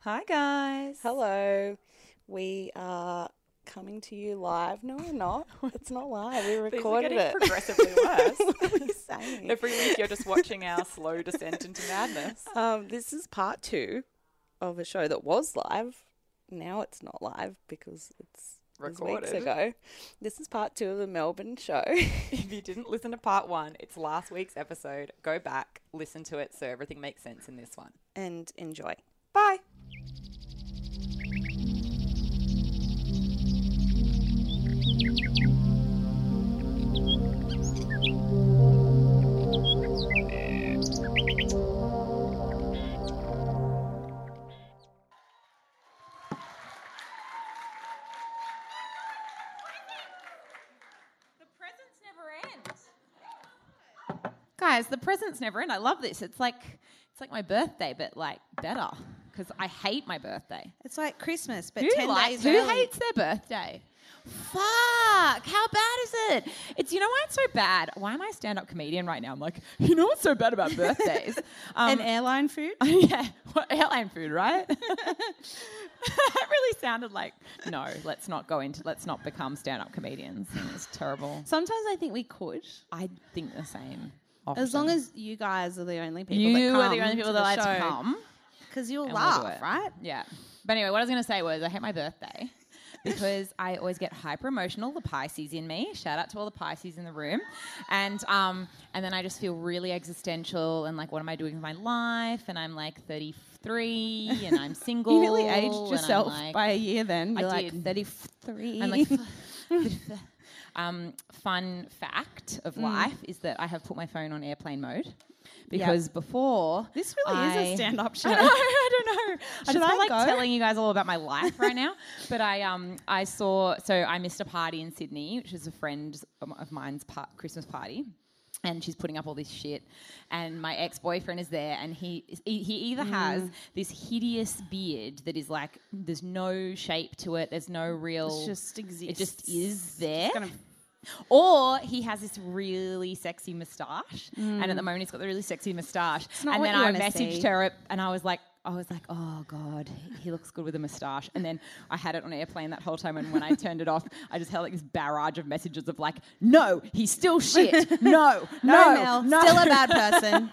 Hi, guys. Hello. We are coming to you live. No, we're not. It's not live. We These are recorded getting it. progressively worse. What are you saying? Every week, you're just watching our slow descent into madness. Um, this is part two of a show that was live. Now it's not live because it's it was weeks Recorded. ago. This is part two of the Melbourne show. If you didn't listen to part one, it's last week's episode. Go back, listen to it, so everything makes sense in this one. and enjoy. Bye. The presents never end. Guys, the presents never end. I love this. It's like it's like my birthday, but like better because I hate my birthday. It's like Christmas, but Who, ten like- days who early. hates their birthday? Fuck! How bad is it? It's you know why it's so bad. Why am I a stand-up comedian right now? I'm like, you know what's so bad about birthdays? Um, and airline food? yeah, what, airline food, right? it really sounded like no. Let's not go into. Let's not become stand-up comedians. It's terrible. Sometimes I think we could, I think the same. as long as you guys are the only people that you come are the only people that like to come, because you'll and we'll do laugh, it. right? Yeah. But anyway, what I was going to say was I hate my birthday because I always get hyper emotional. The Pisces in me. Shout out to all the Pisces in the room, and um, and then I just feel really existential and like, what am I doing with my life? And I'm like 33 and I'm single. You nearly aged Oh, and yourself I'm like, by a year. Then I you're like did. thirty-three. and like, um, fun fact Mm. of life is that I have put my phone on airplane mode because before this really is I- a stand-up show. I, know, I don't know. I Should just feel I like go? telling you guys all about my life right now. But I um I saw so I missed a party in Sydney, which is a friend of mine's par- Christmas party. And she's putting up all this shit, and my ex boyfriend is there, and he he he either Mm. has this hideous beard that is like there's no shape to it, there's no real, It just exists. it just is there, kind of- or he has this really sexy moustache, and at the moment he's got the really sexy moustache. Mm. not And what then you I wanna messaged see. her up and I was like, I was like, oh god, he looks good with a moustache. And then I had it on airplane that whole time, and when I turned it off, I just had like this barrage of messages of like, no, he's still shit. No, No, no, Mel, still a bad person.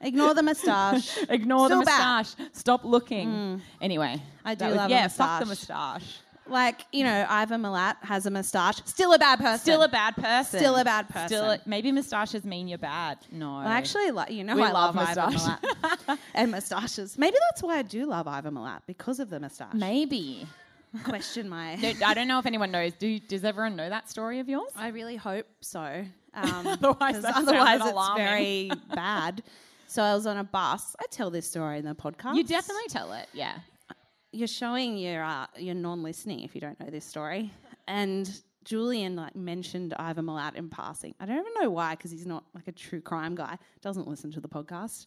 Ignore the moustache. Ignore the Still bad. moustache. Stop looking. Anyway, Mm. I that do love a yeah, fuck the moustache. moustache. Like you know, Ivan Milat has a moustache. Still a bad person. Still a bad person. Still a bad Still, a, person. maybe moustaches mean you're bad. No, Well, I actually like you know We I love, love Ivan moustache. Milat and moustaches. Maybe that's why I do love Ivan Milat because of the moustache. maybe. Question my. No, I don't know if anyone knows. Do does everyone know that story of yours? I really hope so. Um, Otherwise 'cause that sounded otherwise it's alarming. very bad. So I was on a bus. I tell this story in the podcast. You definitely tell it. Yeah. you're showing your uh, you're non-listening if you don't know this story. And Julian like mentioned Ivan Milat in passing. I don't even know why because he's not like a true crime guy. Doesn't listen to the podcast.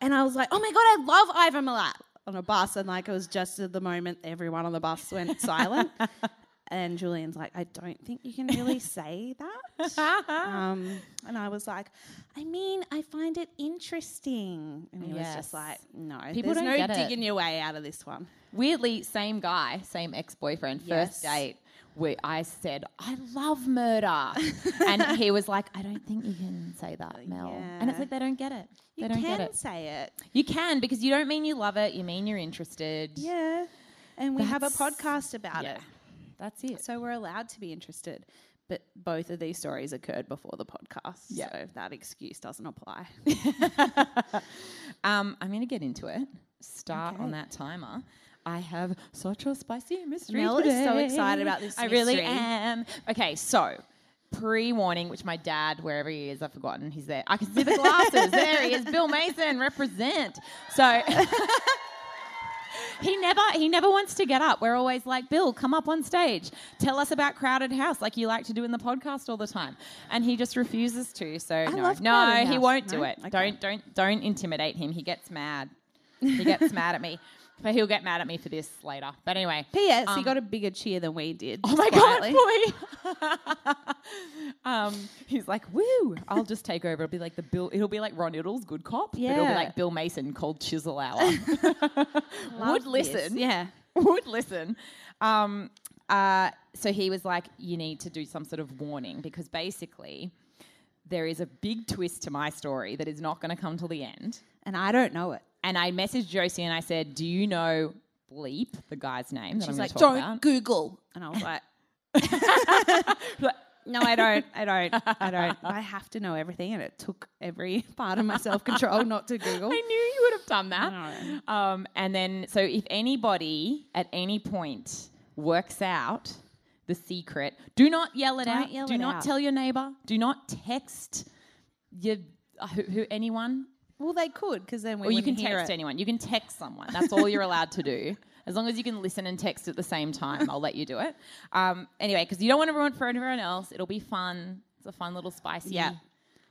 And I was like, oh my god, I love Ivan Milat on a bus. And like it was just at the moment everyone on the bus went silent. And Julian's like, I don't think you can really say that. um, and I was like, I mean, I find it interesting. And he was Yes. just like, no, People there's don't no get it. digging your way out of this one. Weirdly, same guy, same ex boyfriend, first Yes. date. Where I said, I love murder. and he was like, I don't think you can say that, Mel. And it's Uh, Yeah. like, they don't get it. You they don't can get it. say it. You can because you don't mean you love it, you mean you're interested. Yeah. And we have a That's- podcast about Yeah. That's it. it. So we're allowed to be interested. But both of these stories occurred before the podcast. Yeah. So that excuse doesn't apply. Um, I'm going to get into it. Start on that timer. I have such a spicy mystery. Mel is so today. excited about this I really mystery. am. Okay, so pre warning, which my dad, wherever he is, I've forgotten, he's there. I can see the glasses. there he is, Bill Mason, represent. So. He never he never wants to get up. We're always like, Bill, come up on stage. Tell us about Crowded House, like you like to do in the podcast all the time. And he just refuses to. So no, love no, Crowded he House. won't do No? it. Okay. Don't don't don't intimidate him. He gets mad. He gets mad at me. But he'll get mad at me for this later. But anyway. P.S. he Um, got a bigger cheer than we did. Oh my quietly. god, boy! um, he's like, "Woo! I'll just take over." It'll be like the Bill. It'll be like Ron Iddle's Good Cop. but it'll be Yeah. like Bill Mason called Chisel Hour. Would Love this. listen. Yeah. Would listen. Um, uh, so he was like, "You need to do some sort of warning because basically." There is a big twist to my story that is not going to come till the end. And I don't know it. And I messaged Josie and I said, "Do you know bleep the guy's name?" that I'm She's gonna like, talk don't about?" Google. And I was like, no, I don't. I don't. I don't. I have to know everything. And it took every part of my self control not to Google. I knew you would have done that. Um, and then, so if anybody at any point works out the secret, do not yell it Don't out. yell do it not out. tell your neighbor. Do not text your uh, who, who anyone. Well, they could because then we or you can wouldn't hear text it. anyone. You can text someone. That's all you're allowed to do. As long as you can listen and text at the same time, I'll let you do it. Um, anyway, because you don't want to ruin it for everyone else. It'll be fun. It's a fun little spicy. Yeah.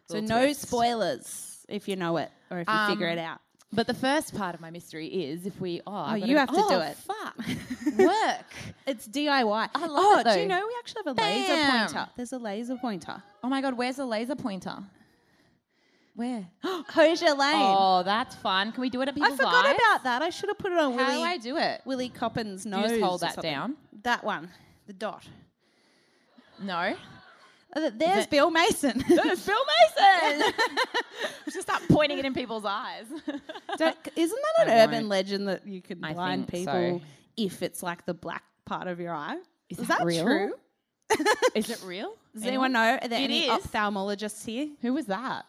So little no twist. spoilers if you know it or if you figure Um, it out. But the first part of my mystery is if we oh, I've Oh, gotta you go- have to Oh, do it. Fuck work. It's I DIY. love oh, it do you though. know we actually have a laser Bam. pointer? There's a laser pointer. Oh my god, where's the laser pointer? Where? Hosier Lane. Oh, that's fun. Can we do it at I people's forgot eyes? about that. I should have put it on How do Willy, I do it? Willy Coppin's you nose. just hold or that something. down? That one, the dot. No. Uh, th- There's Bill Mason. It's Bill Mason. just start pointing it in people's eyes. Don't- isn't that an I urban won't. legend that you can I blind think people so. if it's like the black part of your eye? Is, that that, real? true? Is it real? Does anyone know? Are there It any is. ophthalmologists here? Who was that?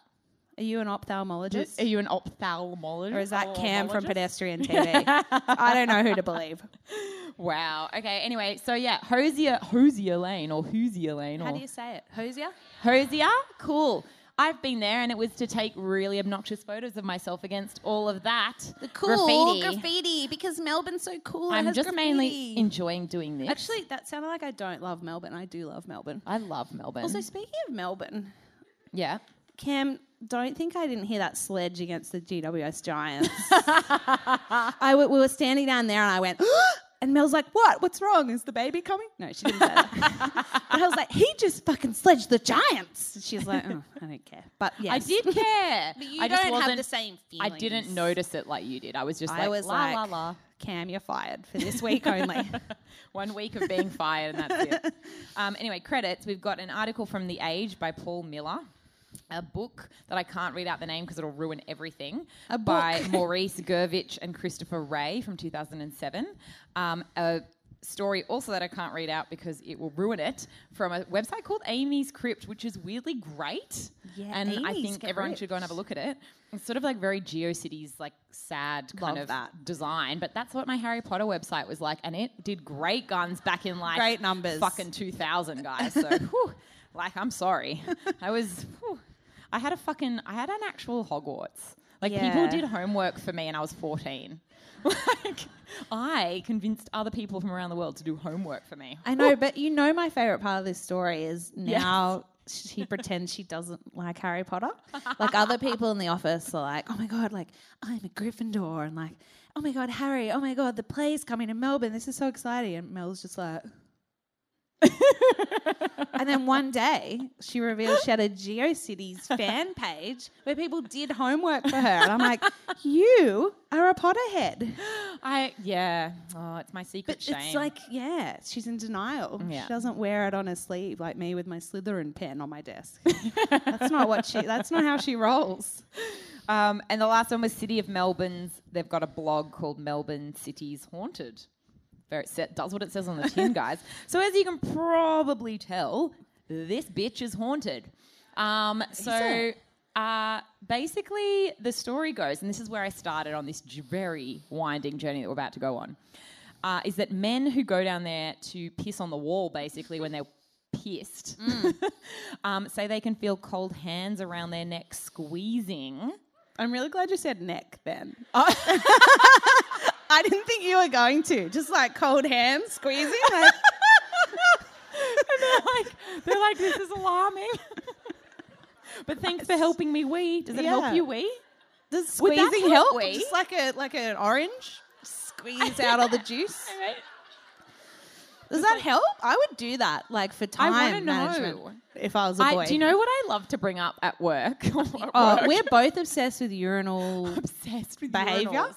Are you an ophthalmologist? Are you an ophthalmologist? or is that Cam from Pedestrian TV? I don't know who to believe. Wow. Okay. Anyway, so yeah, Hosier, Hosier Lane or Hosier Lane or How do you say it? Hosier? Hosier, cool. I've been there, and it was to take really obnoxious photos of myself against all of that The cool graffiti. graffiti. because Melbourne's so cool. it I'm has just mainly graffiti. enjoying doing this. Actually, that sounded like I don't love Melbourne. I do love Melbourne. I love Melbourne. Also, speaking of Melbourne, yeah. Cam, don't think I didn't hear that sledge against the GWS Giants. I w- we were standing down there and I went, and Mel's like, what? What's wrong? Is the baby coming? No, she didn't say that. but I was like, he just fucking sledged the Giants. And she's like, oh, I don't care. But yes. I did care. But you I don't have wasn't- the same I feelings. didn't notice it like you did. I was just I like, was la like, la la. Cam, you're fired for this week only. One week of being fired, and that's it. Um, anyway, credits. We've got an article from The Age by Paul Miller, a book that I can't read out the name because it'll ruin everything. A by book. Maurice Gervich and Christopher Ray from 2007. Um, a story also that I can't read out because it will ruin it from a website called Amy's Crypt, which is weirdly great. Yeah, and I Amy's think everyone should go and have a look at it. It's sort of like very GeoCities, like sad kind Love of that. design, but that's what my Harry Potter website was like, and it did great guns back in like Great numbers. fucking 2000 guys. So, whew, like, I'm sorry, I was, whew, I had a fucking, I had an actual Hogwarts. Like people Yeah. did homework for me, and I was 14. Like I convinced other people from around the world to do homework for me. I know, but you know my favorite part of this story is now she pretends she doesn't like Harry Potter. Like other people in the office are like, "Oh my god, like I'm a Gryffindor," and like, "Oh my god, Harry! Oh my god, the play's coming to Melbourne. This is so exciting!" And Mel's just like. and then one day she revealed she had a GeoCities fan page where people did homework for her. And I'm like, you are a Potterhead. I yeah, oh, it's my secret But shame. it's like, yeah, she's in denial. Yeah. She doesn't wear it on her sleeve like me with my Slytherin pen on my desk. that's not what she. That's not how she rolls. Um, and the last one was City of Melbourne's. They've got a blog called Melbourne Cities Haunted. Very, it sa- does what it says on the tin, guys. So as you can probably tell, this bitch is haunted. Um, so uh, basically, the story goes, and this is where I started on this j- very winding journey that we're about to go on, uh, is that men who go down there to piss on the wall, basically, when they're pissed, um, say they can feel cold hands around their neck squeezing. I'm really glad you said neck then. Oh. I didn't think you were going to. Just like cold hands squeezing. Like, like they're like this is alarming. but thanks for helping me wee. Does it help Yeah. you wee? does Would that squeezing help help? me? Just like a like an orange. squeeze out all the juice. Does that help? I would do that, like for I time wanna management. know. If I was a boy, I, do you know what I love to bring up at work? Uh, Oh, we're both obsessed with urinal. obsessed with Behaviour? urinals.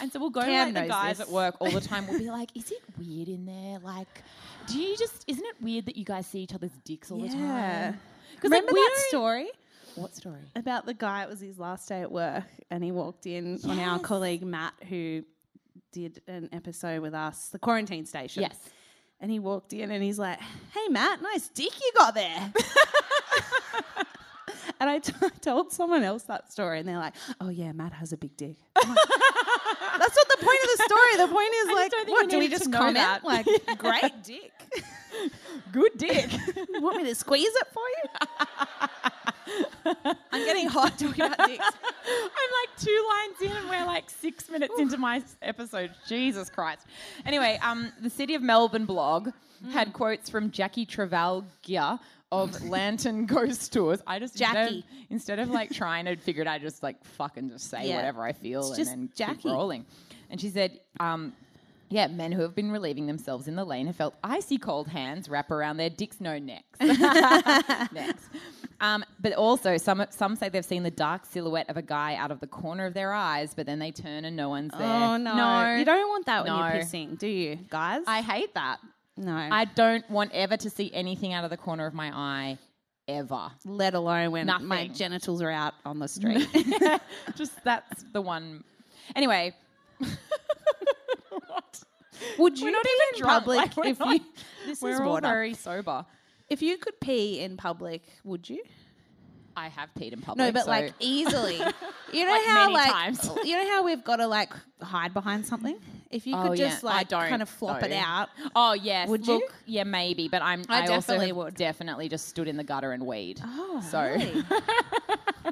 And so we'll go to Cam like, the knows guys this. at work all the time. We'll be like, "Is it weird in there? Like, do you just? Isn't it weird that you guys see each other's dicks all the time? Because Remember that story What story? about the guy? It was his last day at work, and he walked in on our Yes. colleague Matt, who did an episode with us, the quarantine station. Yes. And he walked in and he's like, Hey, Matt, nice dick you got there. and I t- told someone else that story, and they're like, Oh, yeah, Matt has a big dick. I'm like, That's not the point of the story. The point is, just like, don't think what we do we needed to just know comment? that. Like, great dick. Good dick. You want me to squeeze it for you? I'm getting hot talking about dicks. I'm like two lines in and we're like six minutes into my s- episode. Jesus Christ. Anyway, um, the City of Melbourne blog Mm. had quotes from Jackie Trevalgia of Lantern Ghost Tours. I just Instead of, Jackie. instead of like trying to figure it out, I just like fucking just say Yeah. whatever I feel It's and just then keep Jackie. rolling. And she said, um, yeah, men who have been relieving themselves in the lane have felt icy cold hands wrap around their dicks, no necks. necks. Um, but also, some some say they've seen the dark silhouette of a guy out of the corner of their eyes, but then they turn and no one's there. Oh, no. no You don't want that when No. you're pissing, do you, guys? I hate that. no. I don't want ever to see anything out of the corner of my eye, ever. let alone when my Nothing. genitals are out on the street. Just that's the one. Anyway, what? Would We're you not pee even in drunk, public like, we're if not- you this is We're all water? very sober. if you could pee in public, would you? I have peed in public. No, but so- like easily. You know Like, how many like times. you know how we've got to like hide behind something. If you Oh, could yeah. just I like don't, kind of flop it though. out. Oh yes. Would Look, you? Yeah, maybe. But I'm. I I, also definitely have would. Definitely just stood in the gutter and weed. Oh, so. really?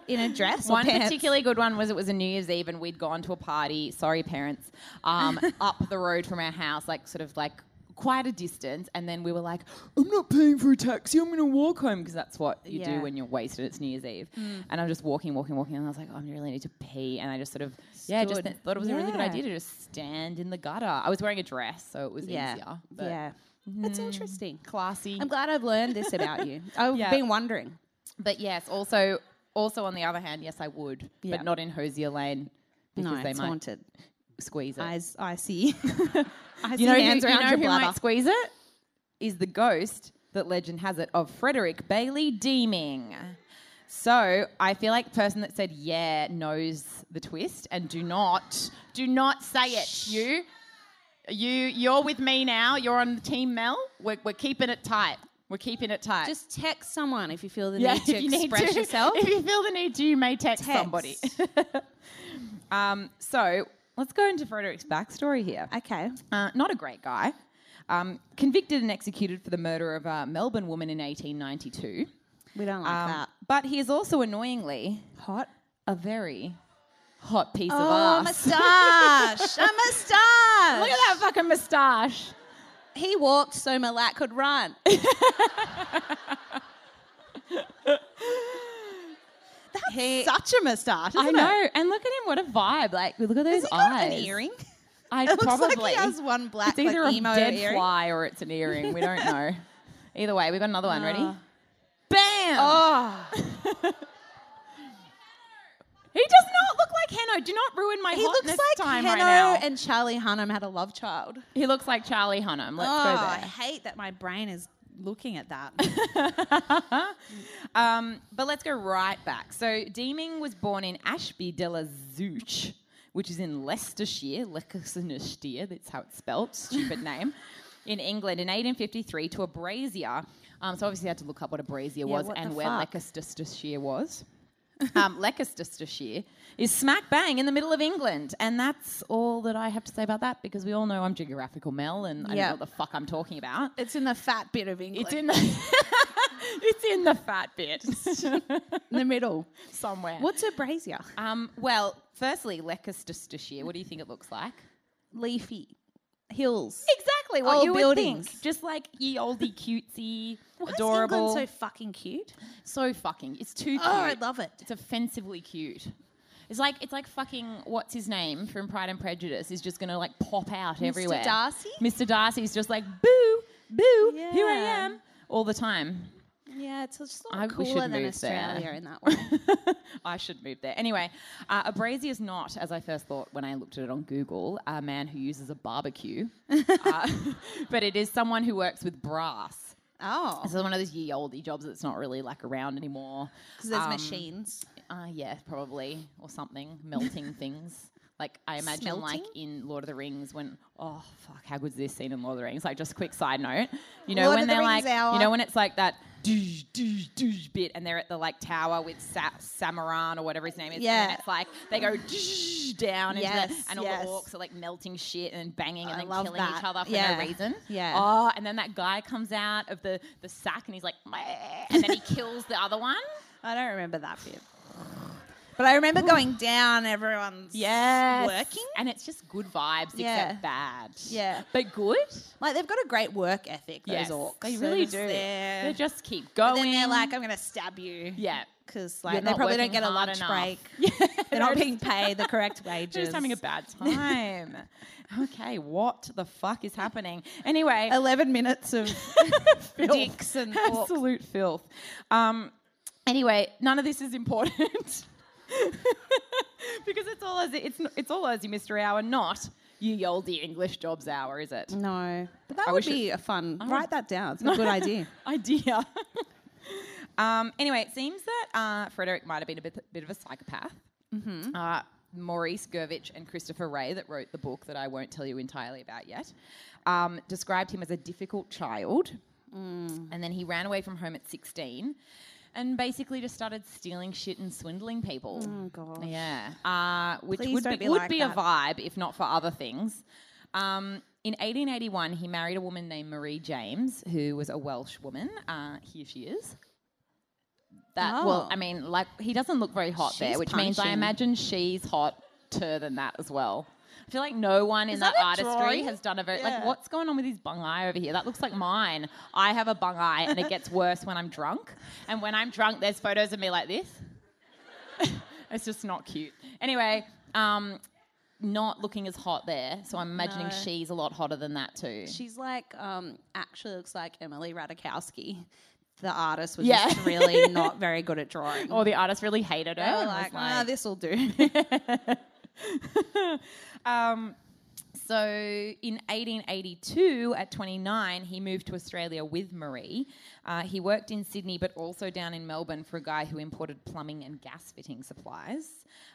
in a dress or One pants? particularly good one was it was a New Year's Eve and we'd gone to a party. Sorry, parents. Um, up the road from our house, like sort of like quite a distance, and then we were like, "I'm not paying for a taxi. I'm going to walk home because that's what you Yeah. Hmm. do when you're wasted. It's New Year's Eve." And I'm just walking, walking, walking, and I was like, oh, "I really need to pee," and I just sort of yeah, just Stood. th- thought it was a really good Yeah. idea to just stand in the gutter. I was wearing a dress, so it was Yeah. easier. But Yeah. That's interesting. classy. I'm glad I've learned this about you. I've Yeah. been wondering. But yes, also also on the other hand, yes, I would, Yeah. but not in Hosier Lane because no, they it's might haunted. squeeze it. Eyes, I see. I see you know, who, hands you around know your who bladder. might squeeze it is the ghost that legend has it of Frederick Bailey Deeming. So I feel like the person that said yeah knows the twist and do not do not say it. You you you're with me now. You're on the team Mel. We're, we're keeping it tight. We're keeping it tight. Just text someone if you feel the Yeah, need to if you need express to- yourself. If you feel the need to, you may text, Text. somebody. um, so let's go into Frederick's backstory here. Okay. Uh, not a great guy. Um, convicted and executed for the murder of a Melbourne woman in 1892. We don't like Um, that. But he is also annoyingly Hot. a very hot piece of Oh, ass. moustache. a moustache. Look at that fucking moustache. He walked so Malat could run. That's such a moustache. I know. And look at him. What a vibe. Like, look at those Has he got eyes. an earring? I It looks probably. like he has one black It's either like, a emo dead earring. fly or it's an earring. We don't know. Either way, we've got another one. Ready? Ah. Bam! Oh, He does not look like Hanno. Do not ruin my he looks hotness like time Hanno right now. and Charlie Hunnam had a love child. he looks like Charlie Hunnam. Let's oh, go I there. hate that my brain is looking at that. um, but let's go right back. So Deeming was born in Ashby de la Zouch, which is in Leicestershire, Leicestershire, that's how it's spelt, stupid name, in England in 1853 to a brazier. Um, so obviously I had to look up what a brazier was what and the where fuck? Leicestershire was. um, Leicestershire is smack bang in the middle of England. And that's all that I have to say about that because we all know I'm geographical Mel and I don't Yeah. know what the fuck I'm talking about. it's in the fat bit of England. It's in the it's in the fat bit in the middle. somewhere. What's a brazier? Um, well, firstly, Leicestershire. What do you think it looks like? Leafy hills. Exactly what Old you would buildings. think. Just like ye olde cutesy, Why adorable. Oh, Is England so fucking cute. so fucking. It's too cute. Oh, I love it. It's offensively cute. It's like it's like fucking what's his name from Pride and Prejudice is just gonna like pop out everywhere. Darcy? Mr. Darcy's just like boo, boo, here I Yeah. am all the time. Yeah, it's just a I- lot we cooler should than move there. Australia in that way. I should move there. Anyway, uh, a brazier is not, as I first thought when I looked at it on Google, a man who uses a barbecue, uh, but it is someone who works with brass. oh, This is one of those ye olde jobs that's not really like around anymore. because there's Um, machines. Uh, yeah, probably or something melting things. Like I imagine, like in Lord of the Rings, when oh fuck, how good's this scene in Lord of the Rings? Like just a quick side note, you know Lord when of the they're Rings like, hour. you know when it's like that doosh, doosh, doosh bit, and they're at the like tower with Sa- Samaran or whatever his name is. and Yeah. then it's like they go doosh down into Yes, the, and all yes. the orcs are like melting shit and banging and I then love killing each that. other for Yeah. no reason. Yeah. Oh, and then that guy comes out of the the sack and he's like, "Meh," and then he kills the other one. I don't remember that bit. But I remember going down, everyone's Yes. working. And it's just good vibes, Yeah. except bad. Yeah. But good? Like, they've got a great work ethic, those Yes. orcs. They They're really just do. there. They just keep But going. then they're like, I'm going to stab you. yeah. Because You're like, they not probably don't working get a hard lunch enough. break. Yeah. They're not just- being paid the correct wages. They're just having a bad time. okay, what the fuck is happening? Anyway, 11 minutes of filth. dicks and orcs. absolute filth. Um, anyway, none of this is important because it's all as it's it's all Aussie mystery hour, not ye olde English jobs hour, is it? No. But that I would wish it- be a fun. Write that down. It's a good idea. idea. um, anyway, it seems that uh, Frederick might have been a bit, bit of a psychopath. Uh, Maurice Gervich and Christopher Ray, that wrote the book that I won't tell you entirely about yet, um, described him as a difficult child. Mm. And then he ran away from home at 16 and basically just started stealing shit and swindling people. Oh, God. Yeah, uh, which Please would don't be, be would like be a that. vibe if not for other things. Um, in 1881, he married a woman named Marie James, who was a Welsh woman. Uh, here she is. That well, Oh. I mean, like he doesn't look very hot there, She's which means I punching. imagine she's hotter than that as well. I feel like no one in that, that a artistry drawing? has done a very like. Yeah. What's going on with his bung eye over here? That looks like mine. I have a bung eye, and it gets worse when I'm drunk. And when I'm drunk, there's photos of me like this. It's just not cute. Anyway, um, not looking as hot there, so I'm imagining No. she's a lot hotter than that too. She's like, um, actually looks like Emily Radikowski. The artist was Yeah. just really not very good at drawing. or Oh, the artist really hated her. They were and was like, ah, this will do. um, so in 1882, at 29, he moved to Australia with Marie. Uh, he worked in Sydney, but also down in Melbourne for a guy who imported plumbing and gas fitting supplies.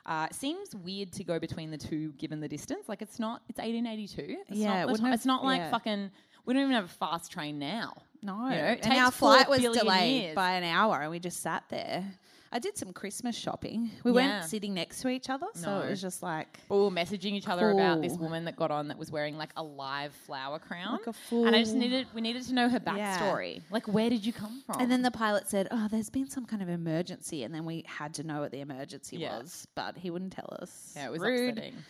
Uh, seems weird to go between the two given the distance. Like it's not. It's 1882. It's Yeah, it not the wouldn't ti- have- it's not like yeah. fucking. We don't even have a fast train now. No, You know, it and takes our four flight was billion delayed years. by an hour, and we just sat there. I did some Christmas shopping. We Yeah. weren't sitting next to each other, so No. it was just like all messaging each other about this Cool. woman that got on that was wearing like a live flower crown. Like a And I just fool. needed we needed to know her Yeah. backstory. Like where did you come from? And then the pilot said, "Oh, there's been some kind of emergency," and then we had to know what the emergency Yeah. was, but he wouldn't tell us. yeah, it was rude. upsetting.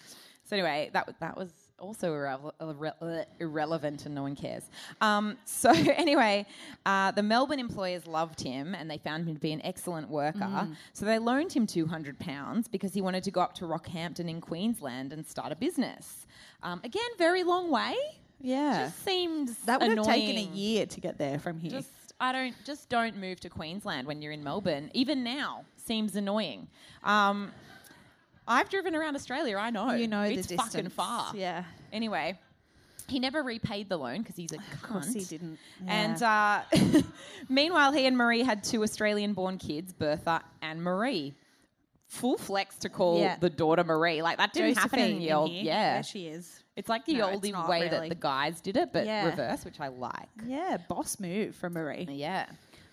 So anyway, that was that was also irrele- irre- irrelevant and no one cares. Um, so anyway, uh, the Melbourne employers loved him and they found him to be an excellent worker. Mm-hmm. So they loaned him two hundred pounds because he wanted to go up to Rockhampton in Queensland and start a business. Um, again, very long way. Yeah, Just seems that would annoying. have taken a year to get there from here. Just I don't just don't move to Queensland when you're in Melbourne. Even now seems annoying. Um, I've driven around Australia. I know you know, it's the fucking distance. far. Yeah, Anyway, he never repaid the loan because he's a cunt. of course he didn't. And Yeah. uh, meanwhile, he and Marie had two Australian-born kids, Bertha and Marie. Full flex to call Yeah. the daughter Marie. Like that didn't happen in Josephine the old. here. Yeah, there she is. it's like the No, it's oldie not way that really. the guys did it, but Yeah. reverse, which I like. Yeah, boss move from Marie. Yeah.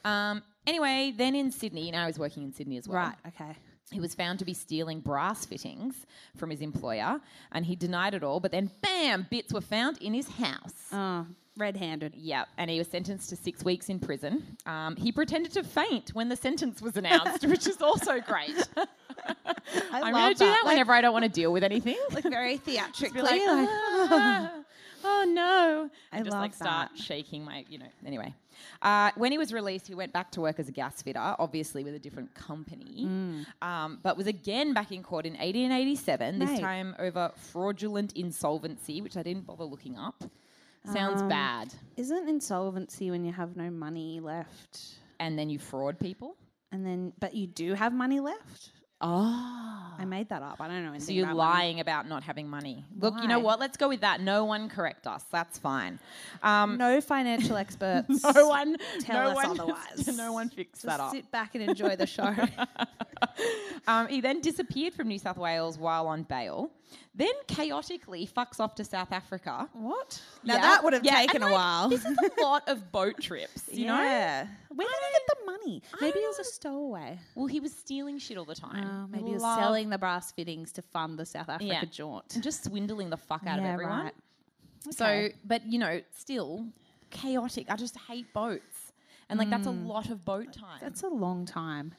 Um, anyway, then in Sydney, you know, I was working in Sydney as well. Right. Okay. He was found to be stealing brass fittings from his employer and he denied it all, but then bam, bits were found in his house. Oh, red-handed. Yep, and he was sentenced to six weeks in prison. Um, he pretended to faint when the sentence was announced, which is also great. I I'm love going to do that Like, whenever I don't want to deal with anything. very Be "Ah." theatrically. like, like, "Ah, oh no. and I just like love start that. shaking my, you know. Anyway, uh, when he was released, he went back to work as a gas fitter, obviously with a different company, Mm. um, but was again back in court in 1887. This Mate. time over fraudulent insolvency, which I didn't bother looking up. Um. Sounds bad. Isn't insolvency when you have no money left, And then you fraud people. and then but you do have money left? Oh. I made that up. I don't know. So anything you're about money. lying about not having money. Look, you know Why? what? Let's go with that. No one correct us. That's fine. Um, No financial experts. no one tell no us one, otherwise. No one fixed Just that up. sit back and enjoy the show. um, he then disappeared from New South Wales while on bail. Then chaotically fucks off to South Africa. what? Now Yeah. that would have Yeah, taken and, a like, while. This is a lot of boat trips, you know. Yeah. Where did he get the money? Maybe he was a stowaway. Well, he was stealing shit all the time. Oh, maybe he he was selling the brass fittings to fund the South Africa Yeah. jaunt. just swindling the fuck out of Yeah, everyone. right. So, but you know, still chaotic. I just hate boats, and like that's a lot of boat time. That's a long time.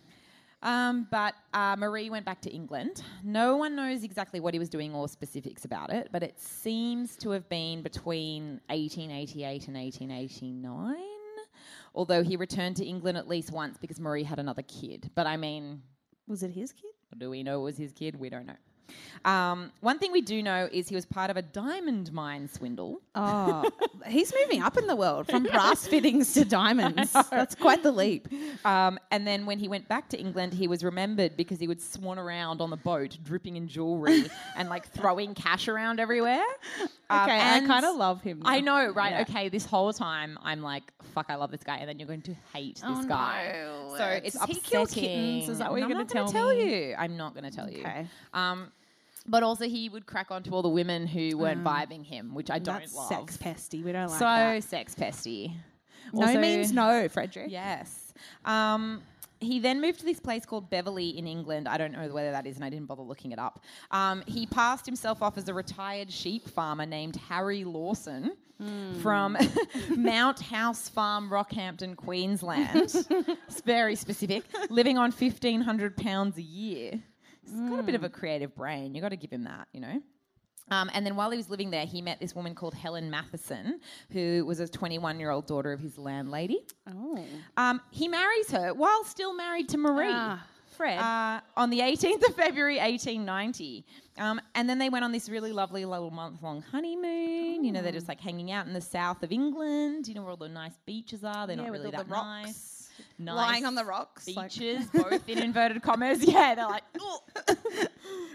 Um, but uh, Marie went back to England. No one knows exactly what he was doing or specifics about it, but it seems to have been between 1888 and 1889. Although he returned to England at least once because Marie had another kid. But I mean, Was it his kid? do we know it was his kid? We don't know. Um, one thing we do know is he was part of a diamond mine swindle. Oh, he's moving up in the world from brass fittings to diamonds. That's quite the leap. Um, and then when he went back to England, he was remembered because he would swan around on the boat, dripping in jewellery and like throwing cash around everywhere. Um, okay, I and kind of love him. I now. know, right? Okay, this whole time I'm like, fuck, I love this guy, and then you're going to hate this guy. So it's Does Oh, he upsetting. kill kittens? Is that what And you're I'm gonna not gonna tell me? you? I'm not going to tell you. Okay. Um, but also he would crack onto all the women who weren't vibing him, which I don't Mm. That's love. sex pesty. We don't like so that. sex pesty. No Also- means no, Frederick. Yes. Um, he then moved to this place called Beverley in England. I don't know whether that is, and I didn't bother looking it up. Um, he passed himself off as a retired sheep farmer named Harry Lawson from Mount House Farm, Rockhampton, Queensland. it's very specific. Living on fifteen hundred pounds a year. He's got a bit of a creative brain. You got to give him that, you know. Um, and then while he was living there, he met this woman called Helen Matheson, who was a 21 year old daughter of his landlady. Oh. Um, he marries her while still married to Marie. Ah, Fred. Uh, on the 18th of February 1890. Um, and then they went on this really lovely little month long honeymoon. You know, they're just like hanging out in the south of England, you know, where all the nice beaches are. They're Yeah, not with really all that the rocks. nice. Lying Nice on the rocks. like- beaches, both in inverted commas. Yeah, they're like, "Ooh."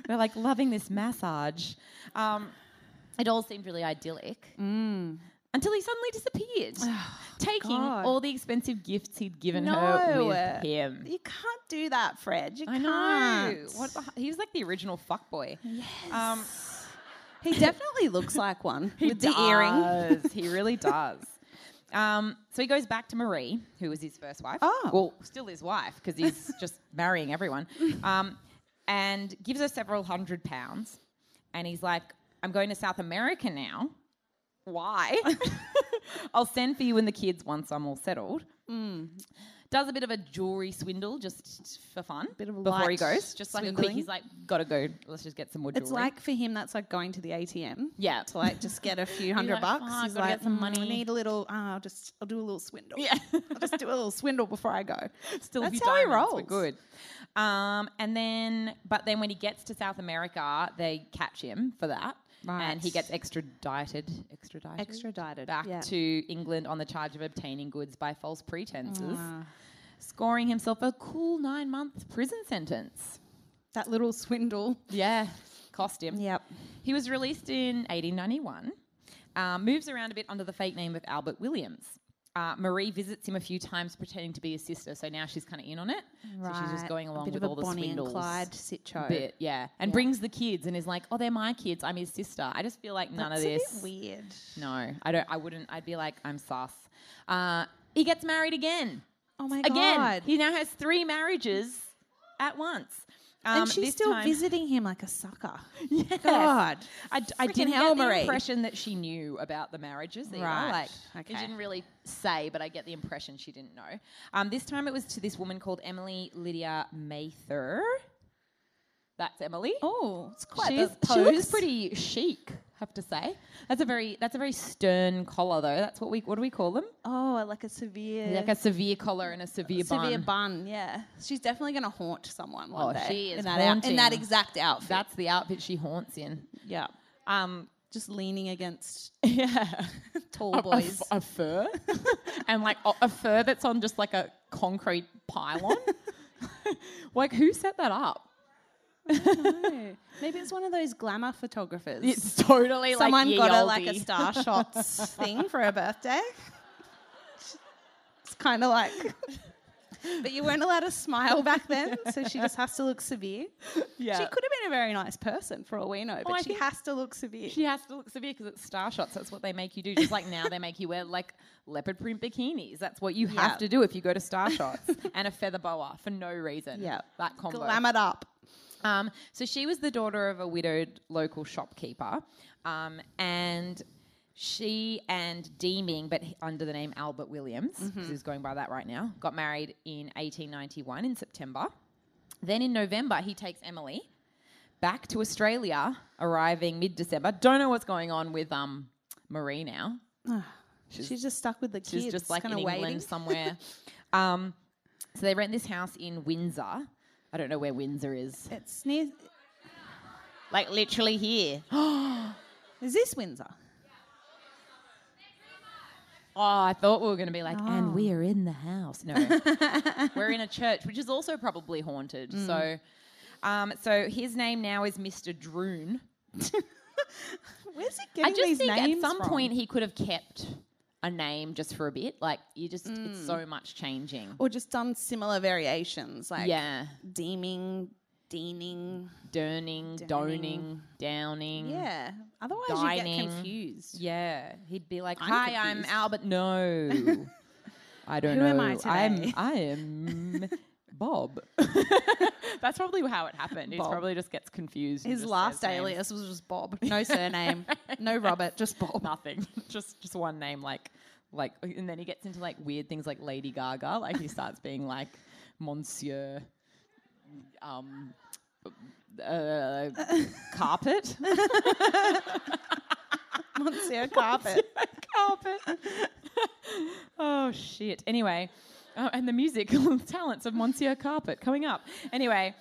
they're like loving this massage. Um, it all seemed really idyllic Mm. mm. until he suddenly disappeared, taking God. all the expensive gifts he'd given her with No. him. you can't do that, Fred. You I know. can't. What the, hu- he was like the original fuckboy. Yes. Um, He definitely looks like one with the earring. does. he really does. Um, so he goes back to Marie, who was his first wife. Oh. Well, still his wife because he's just marrying everyone. Um, and gives her several hundred pounds. And he's like, I'm going to South America now. Why? I'll send for you and the kids once I'm all settled. Mm. Does a bit of a jewelry swindle just for fun. Bit of a before he light goes. Just like a quick, swindling. he's like, gotta go. Let's just get some more jewelry. It's like for him, that's like going to the ATM. yeah. To like just get a few hundred like, bucks. "Fuck, He's gotta like, get some "Mm, I money." need a little. Uh, I'll just, I'll do a little swindle. Yeah. I'll just do a little swindle before I go. still That's a few how he diamonds were rolls. good. Um, and then, but then when he gets to South America, they catch him for that, Right. and he gets extradited, extradited, Extradited, back yeah. to England on the charge of obtaining goods by false pretenses, Ah. scoring himself a cool nine-month prison sentence. That little swindle. Yeah, cost him. Yep. He was released in 1891, um, moves around a bit under the fake name of Albert Williams. Uh, Marie visits him a few times, pretending to be his sister. So now she's kind of in on it. So she's just going A along bit with of a all the Bonnie swindles. and Clyde sitcho. Bit, yeah, and brings the kids and is like, "Oh, they're my kids. I'm his sister." I just feel like none That's of this. a bit weird. No, I don't. I wouldn't. I'd be like, "I'm sus." Uh, he gets married again. Oh my Again, god. he now has three marriages at once. Um, and she's this still time- visiting him like a sucker. Yes. God. I, d- I Freaking didn't hell, get the Marie. impression that she knew about the marriages either. Right. Like, Okay. she didn't really say, but I get the impression she didn't know. Um, this time it was to this woman called Emily Lydia Mather. That's Emily. Oh, it's quite She's, the she looks pose. pretty chic, have to say. That's a very that's a very stern collar though. That's what we what do we call them? Oh, like a severe, Like a severe collar and a severe, severe bun. bun. Yeah, she's definitely going to haunt someone one Oh, day. she is in that, out- in that haunting. exact outfit. That's the outfit she haunts in. yeah, Um, just leaning against yeah, tall boys. a, fur, and like a, a fur that's on just like a concrete pylon. like who set that up? No. Maybe it's one of those glamour photographers. It's totally Someone like got ye her like a olde. star shots thing for her birthday. It's kind of like, but you weren't allowed to smile back then, so she just has to look severe. Yeah. Oh, She could have been a very nice person for all we know, but I she think- has to look severe. She has to look severe because it's star shots. That's what they make you do. Just like now, they make you wear like leopard print bikinis. That's what you Yeah. have to do if you go to star shots and a feather boa for no reason. Yeah. that combo. Glamoured up. Um, so she was the daughter of a widowed local shopkeeper, um, and she and Deeming, but he- under the name Albert Williams, because he's going by that right now, got married in 1891 in September. Then in November, he takes Emily back to Australia, arriving mid-December. Don't know what's going on with um, Marie now. She's, just stuck with the kids. She's just like in kind of England waiting. somewhere. um, so they rent this house in Windsor. I don't know where Windsor is. It's near. Like literally here. Is this Windsor? Oh, I thought we were going to be like, and Oh. we are in the house. No, we're in a church, which is also probably haunted. Mm. So, um, so his name now is Mr. Droon. Where's it I getting just these think names at some from? point he could have kept a name just for a bit. Like you just, it's so much changing. Mm. or just done similar variations, like yeah, deeming, deaning. Durning, Doning, Downing. Yeah. Otherwise, Mm-hmm. you Dining. get confused. yeah. He'd be like, I'm "Hi, I'm confused. Albert." No, I don't Who know. am I I'm today? I am Bob. That's probably how it happened. He Bob. probably just gets confused. and His just last says names. alias was just Bob. No surname. no Robert. Just Bob. nothing. just just one name, like like, and then he gets into like weird things like Lady Gaga. Like he starts being like Monsieur. Um, uh, carpet. Monsieur Carpet. carpet. oh shit. Anyway, oh, and the musical talents of Monsieur Carpet coming up. Anyway,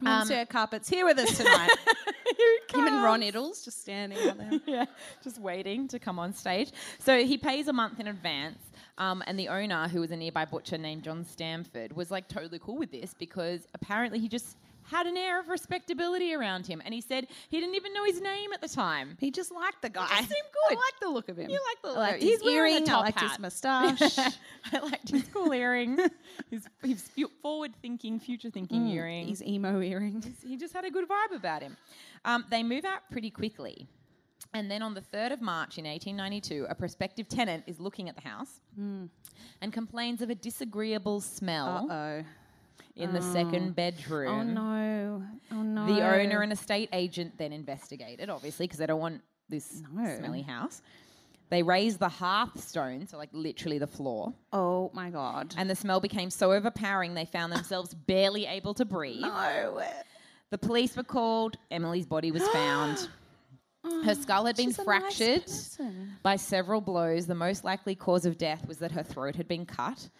Um, Monsieur Carpet's here with us tonight. here it Him Um, and comes. Ron Iddles just standing on there. yeah, just waiting to come on stage. So he pays a month in advance. Um, and the owner, who was a nearby butcher named John Stamford, was like totally cool with this because apparently he just had an air of respectability around him. And he said he didn't even know his name at the time. He just liked the guy. just seemed good. I like the look of him. You like the I look. liked He's his wearing a earring. I top liked hat. his moustache. I liked his cool earring, his, his forward thinking, future thinking earring. his emo earring. he just had a good vibe about him. Um, they move out pretty quickly. And then on the 3rd of March in 1892, a prospective tenant is looking at the house and complains of a disagreeable smell Uh oh. in the second bedroom. Oh no. Oh no. The owner and estate agent then investigated, obviously, because they don't want this No. smelly house. They raised the hearthstone, so like literally the floor, Oh my god. and the smell became so overpowering they found themselves barely able to breathe. No. The police were called. Emily's body was found. Her skull had been she's a nice fractured person. by several blows. The most likely cause of death was that her throat had been cut.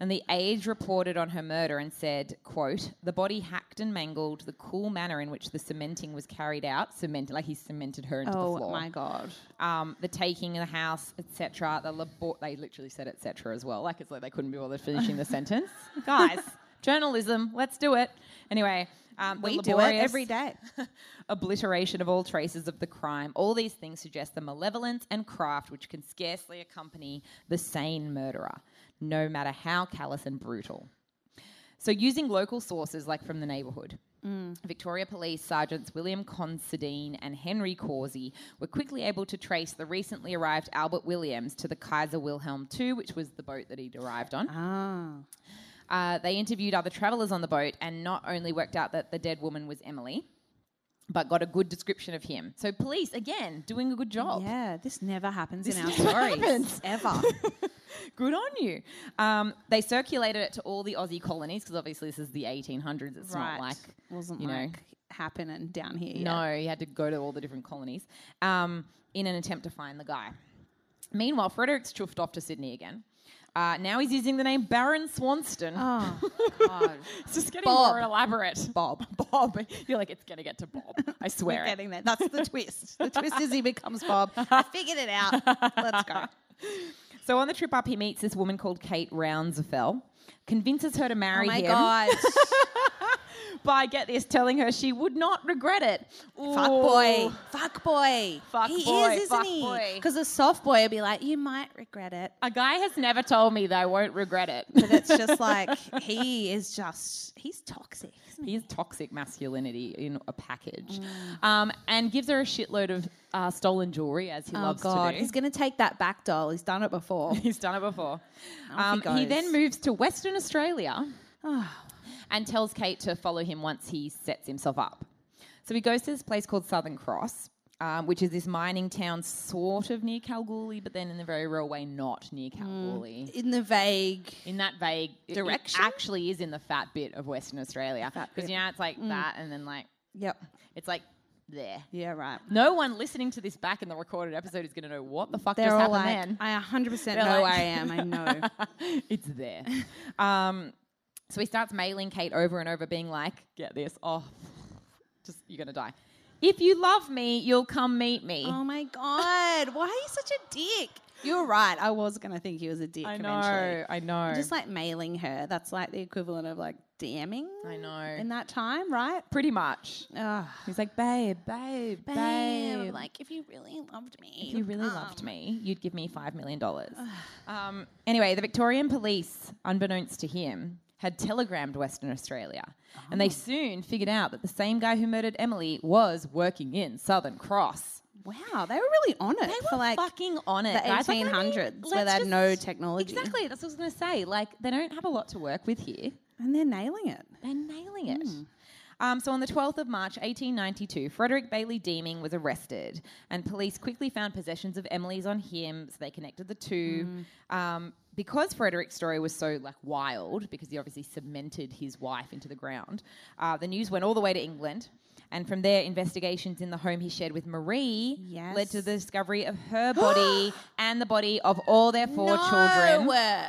And the age reported on her murder and said, quote, the body hacked and mangled, the cool manner in which the cementing was carried out, cemented like he cemented her into the Oh floor. my god. Um, the taking of the house, etc. The labor- they literally said etc. as well. Like it's like they couldn't be bothered finishing the sentence. Guys, journalism, let's do it. Anyway, um, the We do it laborious- every day. obliteration of all traces of the crime. All these things suggest the malevolence and craft which can scarcely accompany the sane murderer, no matter how callous and brutal. So, using local sources like from the neighbourhood, Victoria Police Sergeants William Considine and Henry Causey were quickly able to trace the recently arrived Albert Williams to the Kaiser Wilhelm II, which was the boat that he'd arrived on. Ah. Uh, they interviewed other travellers on the boat and not only worked out that the dead woman was Emily, but got a good description of him. So police, again, doing a good job. Yeah, this never happens in our never stories happens. ever. Good on you. Um, they circulated it to all the Aussie colonies because obviously this is the 1800s. It's not like wasn't you know, like happen and down here. yet. No, he had to go to all the different colonies um, in an attempt to find the guy. Meanwhile, Frederick's chuffed off to Sydney again. Uh, now he's using the name Baron Swanston. Oh, God. it's just getting Bob. more elaborate. Bob. Bob. You're like, it's going to get to Bob. I swear We're it. getting there. That's the twist. The twist is he becomes Bob. I figured it out. Let's go. So on the trip up, he meets this woman called Kate Roundsfell, convinces her to Oh marry my him God. by, get this, telling her she would not regret it. Fuck boy. Fuck boy. Fuck he boy, is, isn't fuck he? boy. Because a soft boy would be like, you might regret it. A guy has never told me that I won't regret it. But it's just like, he is just, he's toxic, isn't he? He's toxic masculinity in a package, Mm. um, and gives her a shitload of uh, stolen jewelry as he Oh, loves God. to do. He's going to take that back doll. He's done it before. He's done it before. Um, Off he he then goes. moves to Western Australia and tells Kate to follow him once he sets himself up. So he goes to this place called Southern Cross, um, which is this mining town sort of near Kalgoorlie, but then in the very real way not near Mm. Kalgoorlie. In the vague. In that vague it- Direction? It actually is in the fat bit of Western Australia. Because, you know, it's Mm. like that and then like, Yep. it's like there. Yeah, right. No one listening to this back in the recorded episode is going to know what the fuck They're just all happened then. like, I 100% They're know like- where I am. I know. it's there. Um, so he starts mailing Kate over and over, being like, "Get this, oh, just you're gonna die. If you love me, you'll come meet me." Oh my god! Why are you such a dick? You're right. I was gonna think he was a dick. I Eventually. know, I know. Just like mailing her. That's like the equivalent of like DMing. I know. In that time, right? pretty much. Ugh. He's like, "Babe, babe, babe, Babe, like if you really loved me, um, If you really loved me, you'd give me five million dollars. um, anyway, the Victorian police, unbeknownst to him, had telegrammed Western Australia, and they soon figured out that the same guy who murdered Emily was working in Southern Cross. wow, they were really on it They for were like fucking on it. the guys. Like, I mean, 1800s where let's they had no just- technology. Exactly. That's what I was going to say. Like, they don't have a lot to work with here. and they're nailing it. They're nailing it. Um, so on the 12th of March, 1892, Frederick Bailey Deeming was arrested, and police quickly found possessions of Emily's on him, so they connected the two. Um, because Frederick's story was so like wild, because he obviously cemented his wife into the ground, uh, the news went all the way to England. And from there, investigations in the home he shared with Marie led to Yes. the discovery of her body and the body of all their four children. uh,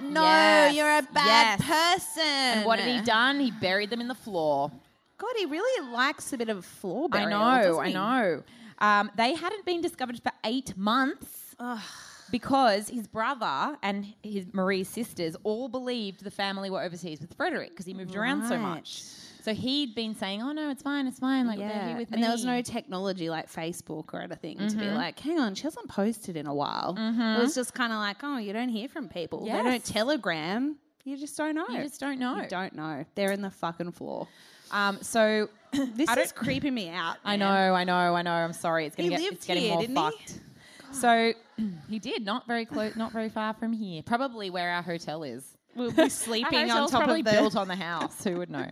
No, Yes, you're a bad yes. person. And what had he done? He buried them in the floor. God, he really likes a bit of floor I burial. know, doesn't I he? know. Um, they hadn't been discovered for eight months because his brother and his Marie's sisters all believed the family were overseas with Frederick because he moved around so Right. much. So he'd been saying, "Oh no, it's fine, it's fine. Like they're here with me." and Mm-hmm. there was no technology like Facebook or anything to be like, hang on, she hasn't posted in a while. It was just kind of like, oh, you don't hear from people. They don't Yes. telegram. You just don't know. You just don't know. You don't know. They're in the fucking floor. Um, so This I is don't- creeping me out. I man. know, I know, I know. I'm sorry. It's gonna He get lived it's getting here, more didn't he? fucked. So he did not very close, not very far from here. Probably where our hotel is. We'll be sleeping Our on hotel's top probably of the. built on the house. Who would know?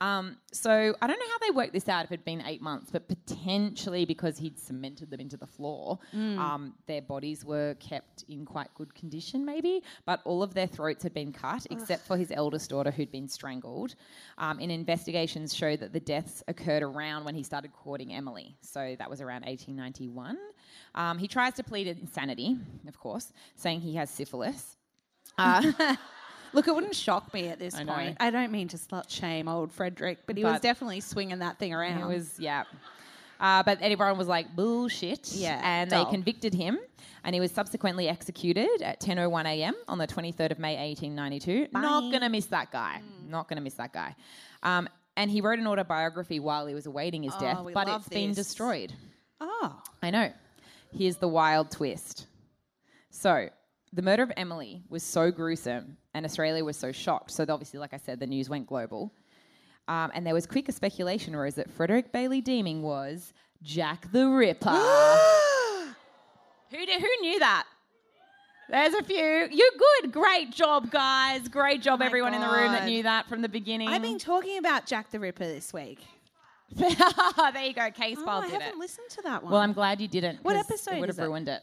Um, so I don't know how they worked this out if it'd been eight months, but potentially because he'd cemented them into the floor, um, their bodies were kept in quite good condition, maybe. But all of their throats had been cut, except for his eldest daughter, who'd been strangled. Um, and investigations show that the deaths occurred around when he started courting Emily. So that was around 1891. Um, he tries to plead insanity, of course, saying he has syphilis. Look, it wouldn't shock me at this I know. point. I don't mean to slut shame old Frederick, but he was But- definitely swinging that thing around. It was yeah. Uh, but everyone was like bullshit, Yeah, and dull. they convicted him, and he was subsequently executed at 10:01 a.m. on the 23rd of May 1892. Not gonna miss that guy. Not gonna miss that guy. Um, and he wrote an autobiography while he was awaiting his death, Oh, we but love it's been this. destroyed. oh, I know. Here's the wild twist. So, the murder of Emily was so gruesome, and Australia was so shocked. So, obviously, like I said, the news went global. Um, and there was quicker speculation arose that Frederick Bailey Deeming was Jack the Ripper. who, did, who knew that? There's a few. You're good. Great job, guys. Great job, Oh my everyone in the room that God. knew that from the beginning. I've been talking about Jack the Ripper this week. there you go. Case Oh, file I did it. haven't listened to that one. Well, I'm glad you didn't. What 'cause episode It Ah. would is have it? ruined it.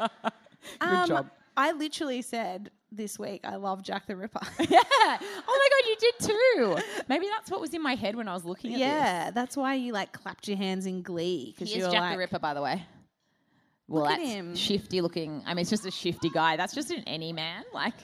job. Um, Um, I Um, literally said this week. I love Jack the Ripper. Yeah. Oh my god, you did too. Maybe that's what was in my head when I was looking at yeah, that's why you like clapped your hands in glee this. because He you is were Jack like, the Ripper, by the way. Well, Look at that's him. shifty looking. I mean, it's just a shifty guy. That's just an any man. Like,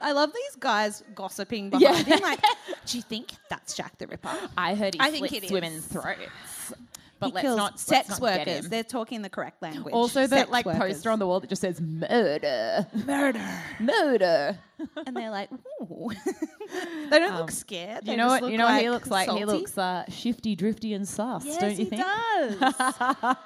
I love these guys gossiping behind Yeah. him. Like, do you think that's Jack the Ripper? I heard he I think slits it women's is. throats. But he let's kills not sex let's not get workers. him. They're talking the correct language. Also, the Sex like workers. poster on the wall that just says murder, murder, murder. and they're like, ooh. they don't Um, look scared. They you know just what? Look You know what like he looks like? Salty. He looks uh, shifty, drifty, and sus. Yes, don't you he think? does. I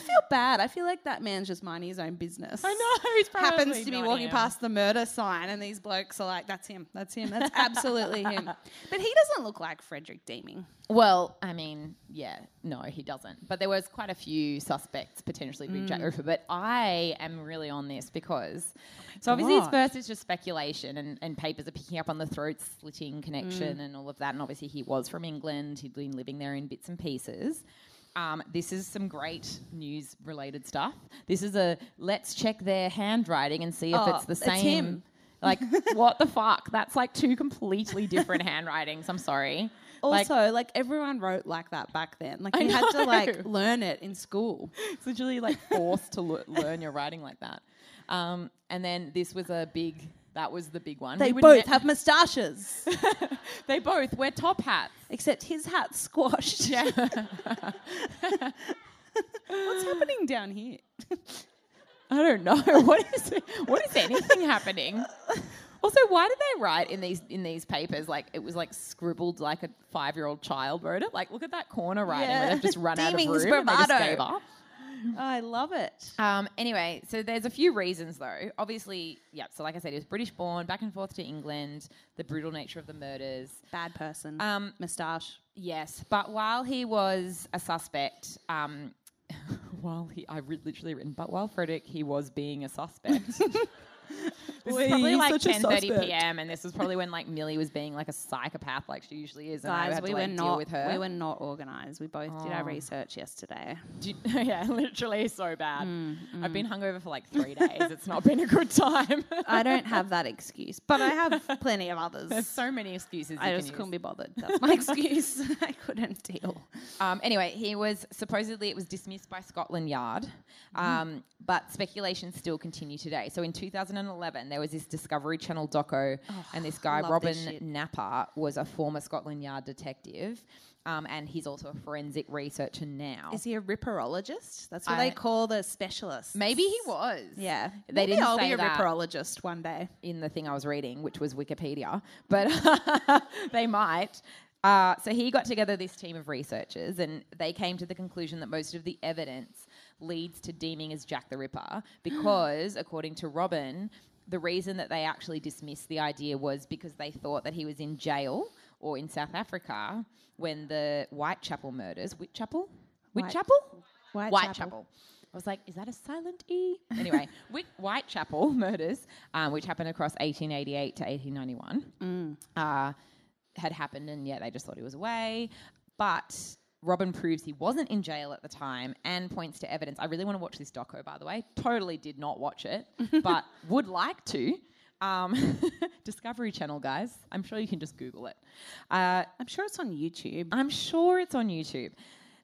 feel bad. I feel like that man's just minding his own business. I know. He's probably happens to be not walking him. past the murder sign, and these blokes are like, "That's him. That's him. That's absolutely him." But he doesn't look like Frederick Deeming. Well, I mean, yeah, no, he doesn't. But there was quite a few suspects potentially being Hmm. Jack the Ripper. But I am really on this because, so obviously, it's Oh God. first it's just speculation, and, and papers are picking up on the throat slitting connection Hmm. and all of that. And obviously, he was from England; he'd been living there in bits and pieces. Um, this is some great news related stuff. This is a let's check their handwriting and see if Oh, it's the it's same. him. Like, what the fuck? That's like two completely different handwritings. I'm sorry. Like- Also, like, everyone wrote like that back then. Like I you had to like know. learn it in school. It's literally like forced to le- learn your writing like that. Um, and then this was a big. That was the big one. They We would both ne- have moustaches, They both wear top hats. except his hat's squashed. Yeah. What's happening down here? I don't know what is what is anything happening. Also, why did they write in these in these papers like it was like scribbled like a five year old child wrote it? Like, look at that corner writing where Yeah. they've just run out of room Deeming's and they just bravado. gave up. Oh, I love it. Um, anyway, so there's a few reasons though. Obviously, yeah. So like I said, he was British born, back and forth to England. The brutal nature of the murders. Bad person. Um, moustache. Yes, but while he was a suspect, um, while he, I've ri- literally written, but while Frederick, he was being a suspect. this was probably he's like such a 10:30 suspect. p.m. and this was probably when like Millie was being like a psychopath, like she usually is. And I Guys, had we to, were like, deal not with her. we were not organized. We both did our Oh. research yesterday. Do- yeah, literally so bad. Mm, I've been hungover for like three days. It's not been a good time. I don't have that excuse, but I have plenty of There's others. so many excuses. I you just can use. couldn't be bothered. That's my excuse. I couldn't deal. Um, anyway, he was supposedly it was dismissed by Scotland Yard, Mm-hmm. um, but speculations still continue today. So in 2011, there was this Discovery Channel doco, and this guy love this Robin shit. Napper was a former Scotland Yard detective, um, and he's also a forensic researcher now. Is he a ripperologist? That's what I- they call the specialist. Maybe he was. Yeah. They Maybe didn't I'll say be a that. ripperologist one day. in the thing I was reading, which was Wikipedia, but they might. Uh, so he got together this team of researchers, and they came to the conclusion that most of the evidence leads to deeming as Jack the Ripper because, according to Robin, the reason that they actually dismissed the idea was because they thought that he was in jail or in South Africa when the Whitechapel murders. Whitechapel? White- Whitechapel? Whitechapel. Whitechapel. I was like, is that a silent E? Anyway, Whit- Whitechapel murders, um, which happened across 1888 to 1891, uh, had happened, and yet they just thought he was away. But Robin proves he wasn't in jail at the time and points to evidence. I really want to watch this doco, by the way. Totally did not watch it, but would like to. Um, Discovery Channel, guys. I'm sure you can just Google it. Uh, I'm sure it's on YouTube. I'm sure it's on YouTube.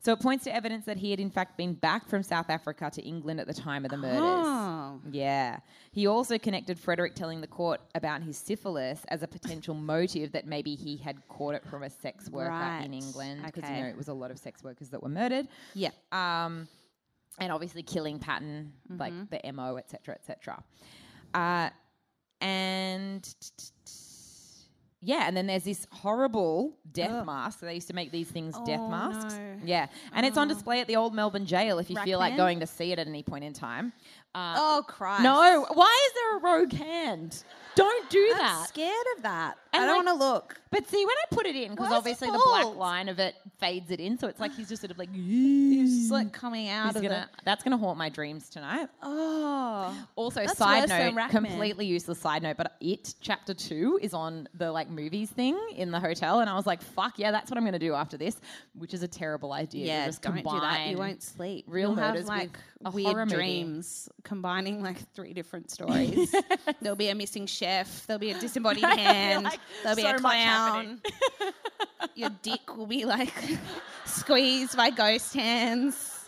So it points to evidence that he had, in fact, been back from South Africa to England at the time of the murders. Oh. Yeah. He also connected Frederick telling the court about his syphilis as a potential motive that maybe he had caught it from a sex worker in Right. England. Because, you Okay. know, it was a lot of sex workers that were murdered. Yeah. Um, and obviously, killing pattern, like Mm-hmm. the MO, et cetera, et cetera. Uh, and t- t- t- yeah, and then there's this horrible death mask. They used to make these things death Oh, masks. no. Oh. Yeah, and it's on display at the old Melbourne Jail if you feel like Rackman? going to see it at any point in time. Uh, Oh Christ. no, why is there a rogue hand? Don't do I'm that. scared of that. I And, don't like, want to look. But see, when I put it in, because Why is he obviously the black bald? line of it fades it in, so it's like he's just sort of like, It's like coming out He's of gonna- it. that's going to haunt my dreams tonight. Oh, Also, That's side worse than note, Rackman. completely useless side note, but it chapter two is on the like movies thing in the hotel, and I was like, fuck yeah, that's what I'm going to do after this, which is a terrible idea. to yeah. just don't do that. combine- You won't sleep. real You'll have murders like with a horror weird movie. dreams, combining like three different stories. There'll be a missing chef. There'll be a disembodied hand. Like, there'll be so a much clown. happening. Your dick will be like squeezed by ghost hands.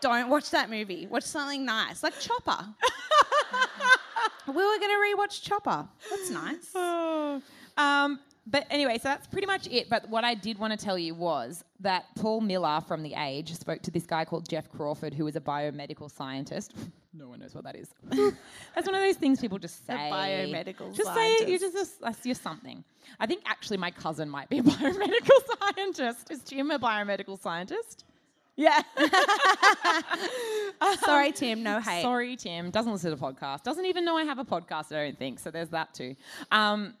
Don't watch that movie. Watch something nice, like Chopper. we were going to rewatch Chopper. That's nice. Um, but anyway, so that's pretty much it. But what I did want to tell you was that Paul Miller from The Age spoke to this guy called Jeff Crawford, who is a biomedical scientist. No one knows what that is. that's one of those things people just say. biomedical just say it, you scientist. just that's you're something. I think actually my cousin might be a biomedical scientist. Is Jim a biomedical scientist? Yeah. Um, Sorry, Tim. No hate. Sorry, Tim. Doesn't listen to the podcast. Doesn't even know I have a podcast, I don't think. So there's that too. Um,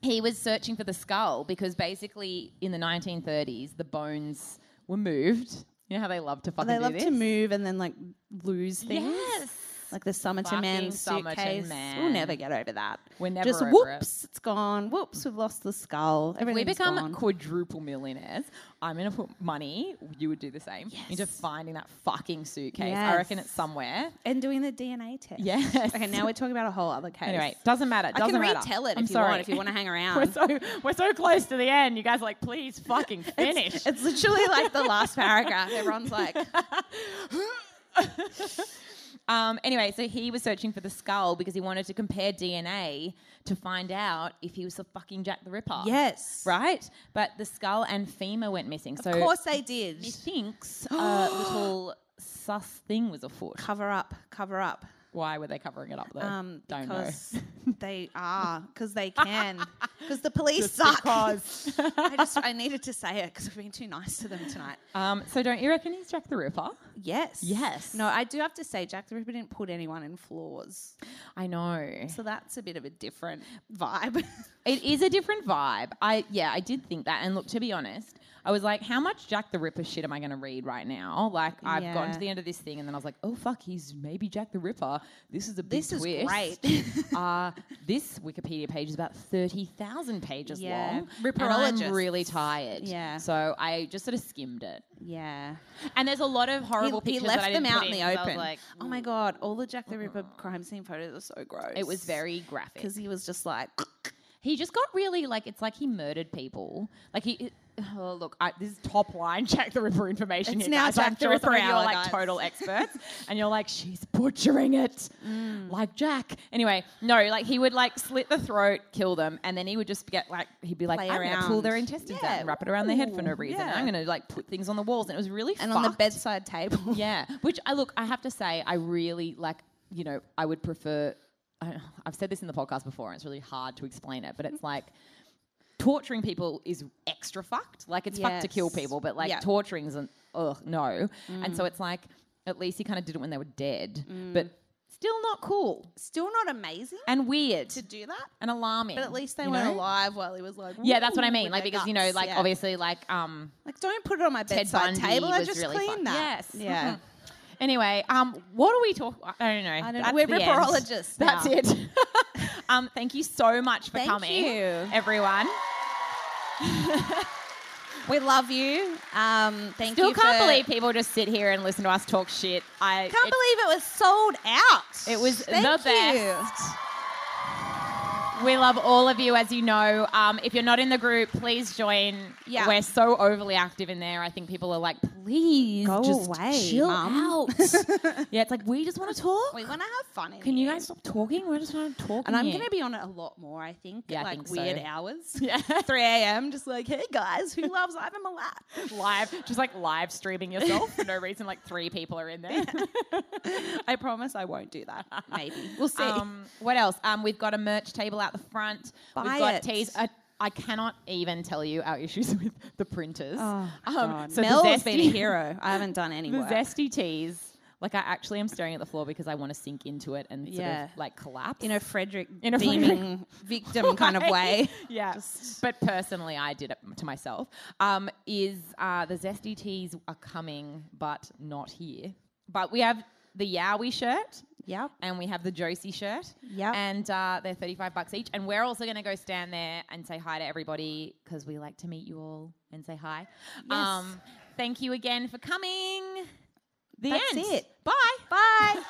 he was searching for the skull because basically in the 1930s, the bones were moved. You know how they love to fucking They do love this? to move and then like lose things. Yes. Like the Summerton Fucking Man Somerton suitcase. Man. We'll never get over that. We're never Just over it. whoops, it. has gone. Whoops, we've lost the skull. If we Everything's become gone. quadruple millionaires, I'm going to put money, you would do the same, into finding that fucking suitcase. I reckon Yes. it's somewhere. and doing the DNA test. Yes. Okay, now we're talking about a whole other case. Anyway, doesn't matter. I can doesn't matter. retell it I'm if you sorry. want. If you want to hang We're around, so, we're so close to the end. You guys are like, please fucking finish. it's literally like the last paragraph. Everyone's like, "Oh, Um, anyway, so he was searching for the skull because he wanted to compare DNA to find out if he was the fucking Jack the Ripper. yes, Right? But the skull and femur went missing. So Of course they did. methinks a little sus thing was afoot. Cover up, cover up. Why were they covering it up though? Um, Don't know. because they are, because they can, because the police suck. because. I just, I needed to say it because I've been too nice to them tonight. Um, so don't you reckon he's Jack the Ripper? Yes. Yes. No, I do have to say, Jack the Ripper didn't put anyone in floors. I know. So that's a bit of a different vibe. It is a different vibe. I yeah, I did think that. And look, to be honest, I was like, how much Jack the Ripper shit am I going to read right now? Like, I've gotten Yeah. to the end of this thing, and then I was like, oh fuck, he's maybe Jack the Ripper. This is a big This is twist. great. uh, this Wikipedia page is about thirty thousand pages long. Yeah. and I'm Ripperologist. really tired. Yeah. So I just sort of skimmed it. yeah. And there's a lot of He, horrible he pictures left that I them didn't out put in the 'cause I was open. like, oh my God. All the Jack the Ripper crime scene photos are so gross. it was very graphic. Because he was just like, He just got really like it's like he murdered people. Like he, oh, look, I, this is top line Jack the Ripper information. It's here, now guys. Jack I'm the sure some Ripper of you hour, are like guys. total experts, and you're like she's butchering it, Mm. like Jack. Anyway, no, like he would like slit the throat, kill them, and then he would just get like he'd be like, Play I'm gonna pull their around. intestines Yeah, out and wrap it around their head for no ooh, reason. yeah. I'm gonna like put things on the walls, and it was really and on the fucked. bedside table. Yeah, which I look, I have to say, I really like. You know, I would prefer. I, I've said this in the podcast before, and it's really hard to explain it, but it's like torturing people is extra fucked. Like it's fucked to kill Yes. people, but like Yeah. Mm. torturing isn't. Ugh, no. And so it's like, at least he kind of did it when they were dead, but still not cool Still not amazing and weird to do that. and alarming. But at least they you weren't know? alive while he was like, Yeah, that's what I "Ooh," mean. with Like their because you know, guts. like Yeah. obviously, like um, Like, don't put it on my bedside Bundy table. I was just really clean fucked. that. Yes. Yeah. Mhm. Anyway, um, what are we talking? I don't know. I don't know. We're ripperologists That's now. it. um, thank you so much for Thank coming, you. everyone. We love you. Um, thank Still you. can't for- believe people just sit here and listen to us talk shit. I Can't believe it was sold out. It was Thank the best. We love all of you, as you know. Um, if you're not in the group, please join. Yeah. We're so overly active in there. I think people are like, please Go just away, chill Mum." out. yeah, it's like we just want to talk. You. We want to have fun. in Can you here. guys stop talking? We're just trying to talk. And I'm here. going to be on it a lot more, I think. Yeah, I at, like think so. weird hours. Yeah. 3 a.m. Just like, hey guys, who loves Ivan Milat? live, just like live streaming yourself for no reason. Like three people are in there. I promise I won't do that. Maybe. We'll see. um, what else? Um, we've got a merch table out the front. Buy we've got it. teas. I, I cannot even tell you our issues with the printers. Oh, Um, God. so the Mel's been a Zesty- hero. I haven't done any The work. zesty teas Like I actually am staring at the floor because I want to sink into it and sort Yeah. of like collapse. in a Frederick In a Frederick- beaming victim kind of way. yeah. But personally, I did it to myself. Um, is uh, the zesty teas are coming, but not here. But we have the Yowie shirt. Yep. And we have the Josie shirt. Yep. And uh, they're 35 bucks each. And we're also going to go stand there and say hi to everybody because we like to meet you all and say hi. Yes. Um, thank you again for coming. The That's end. it. Bye. Bye.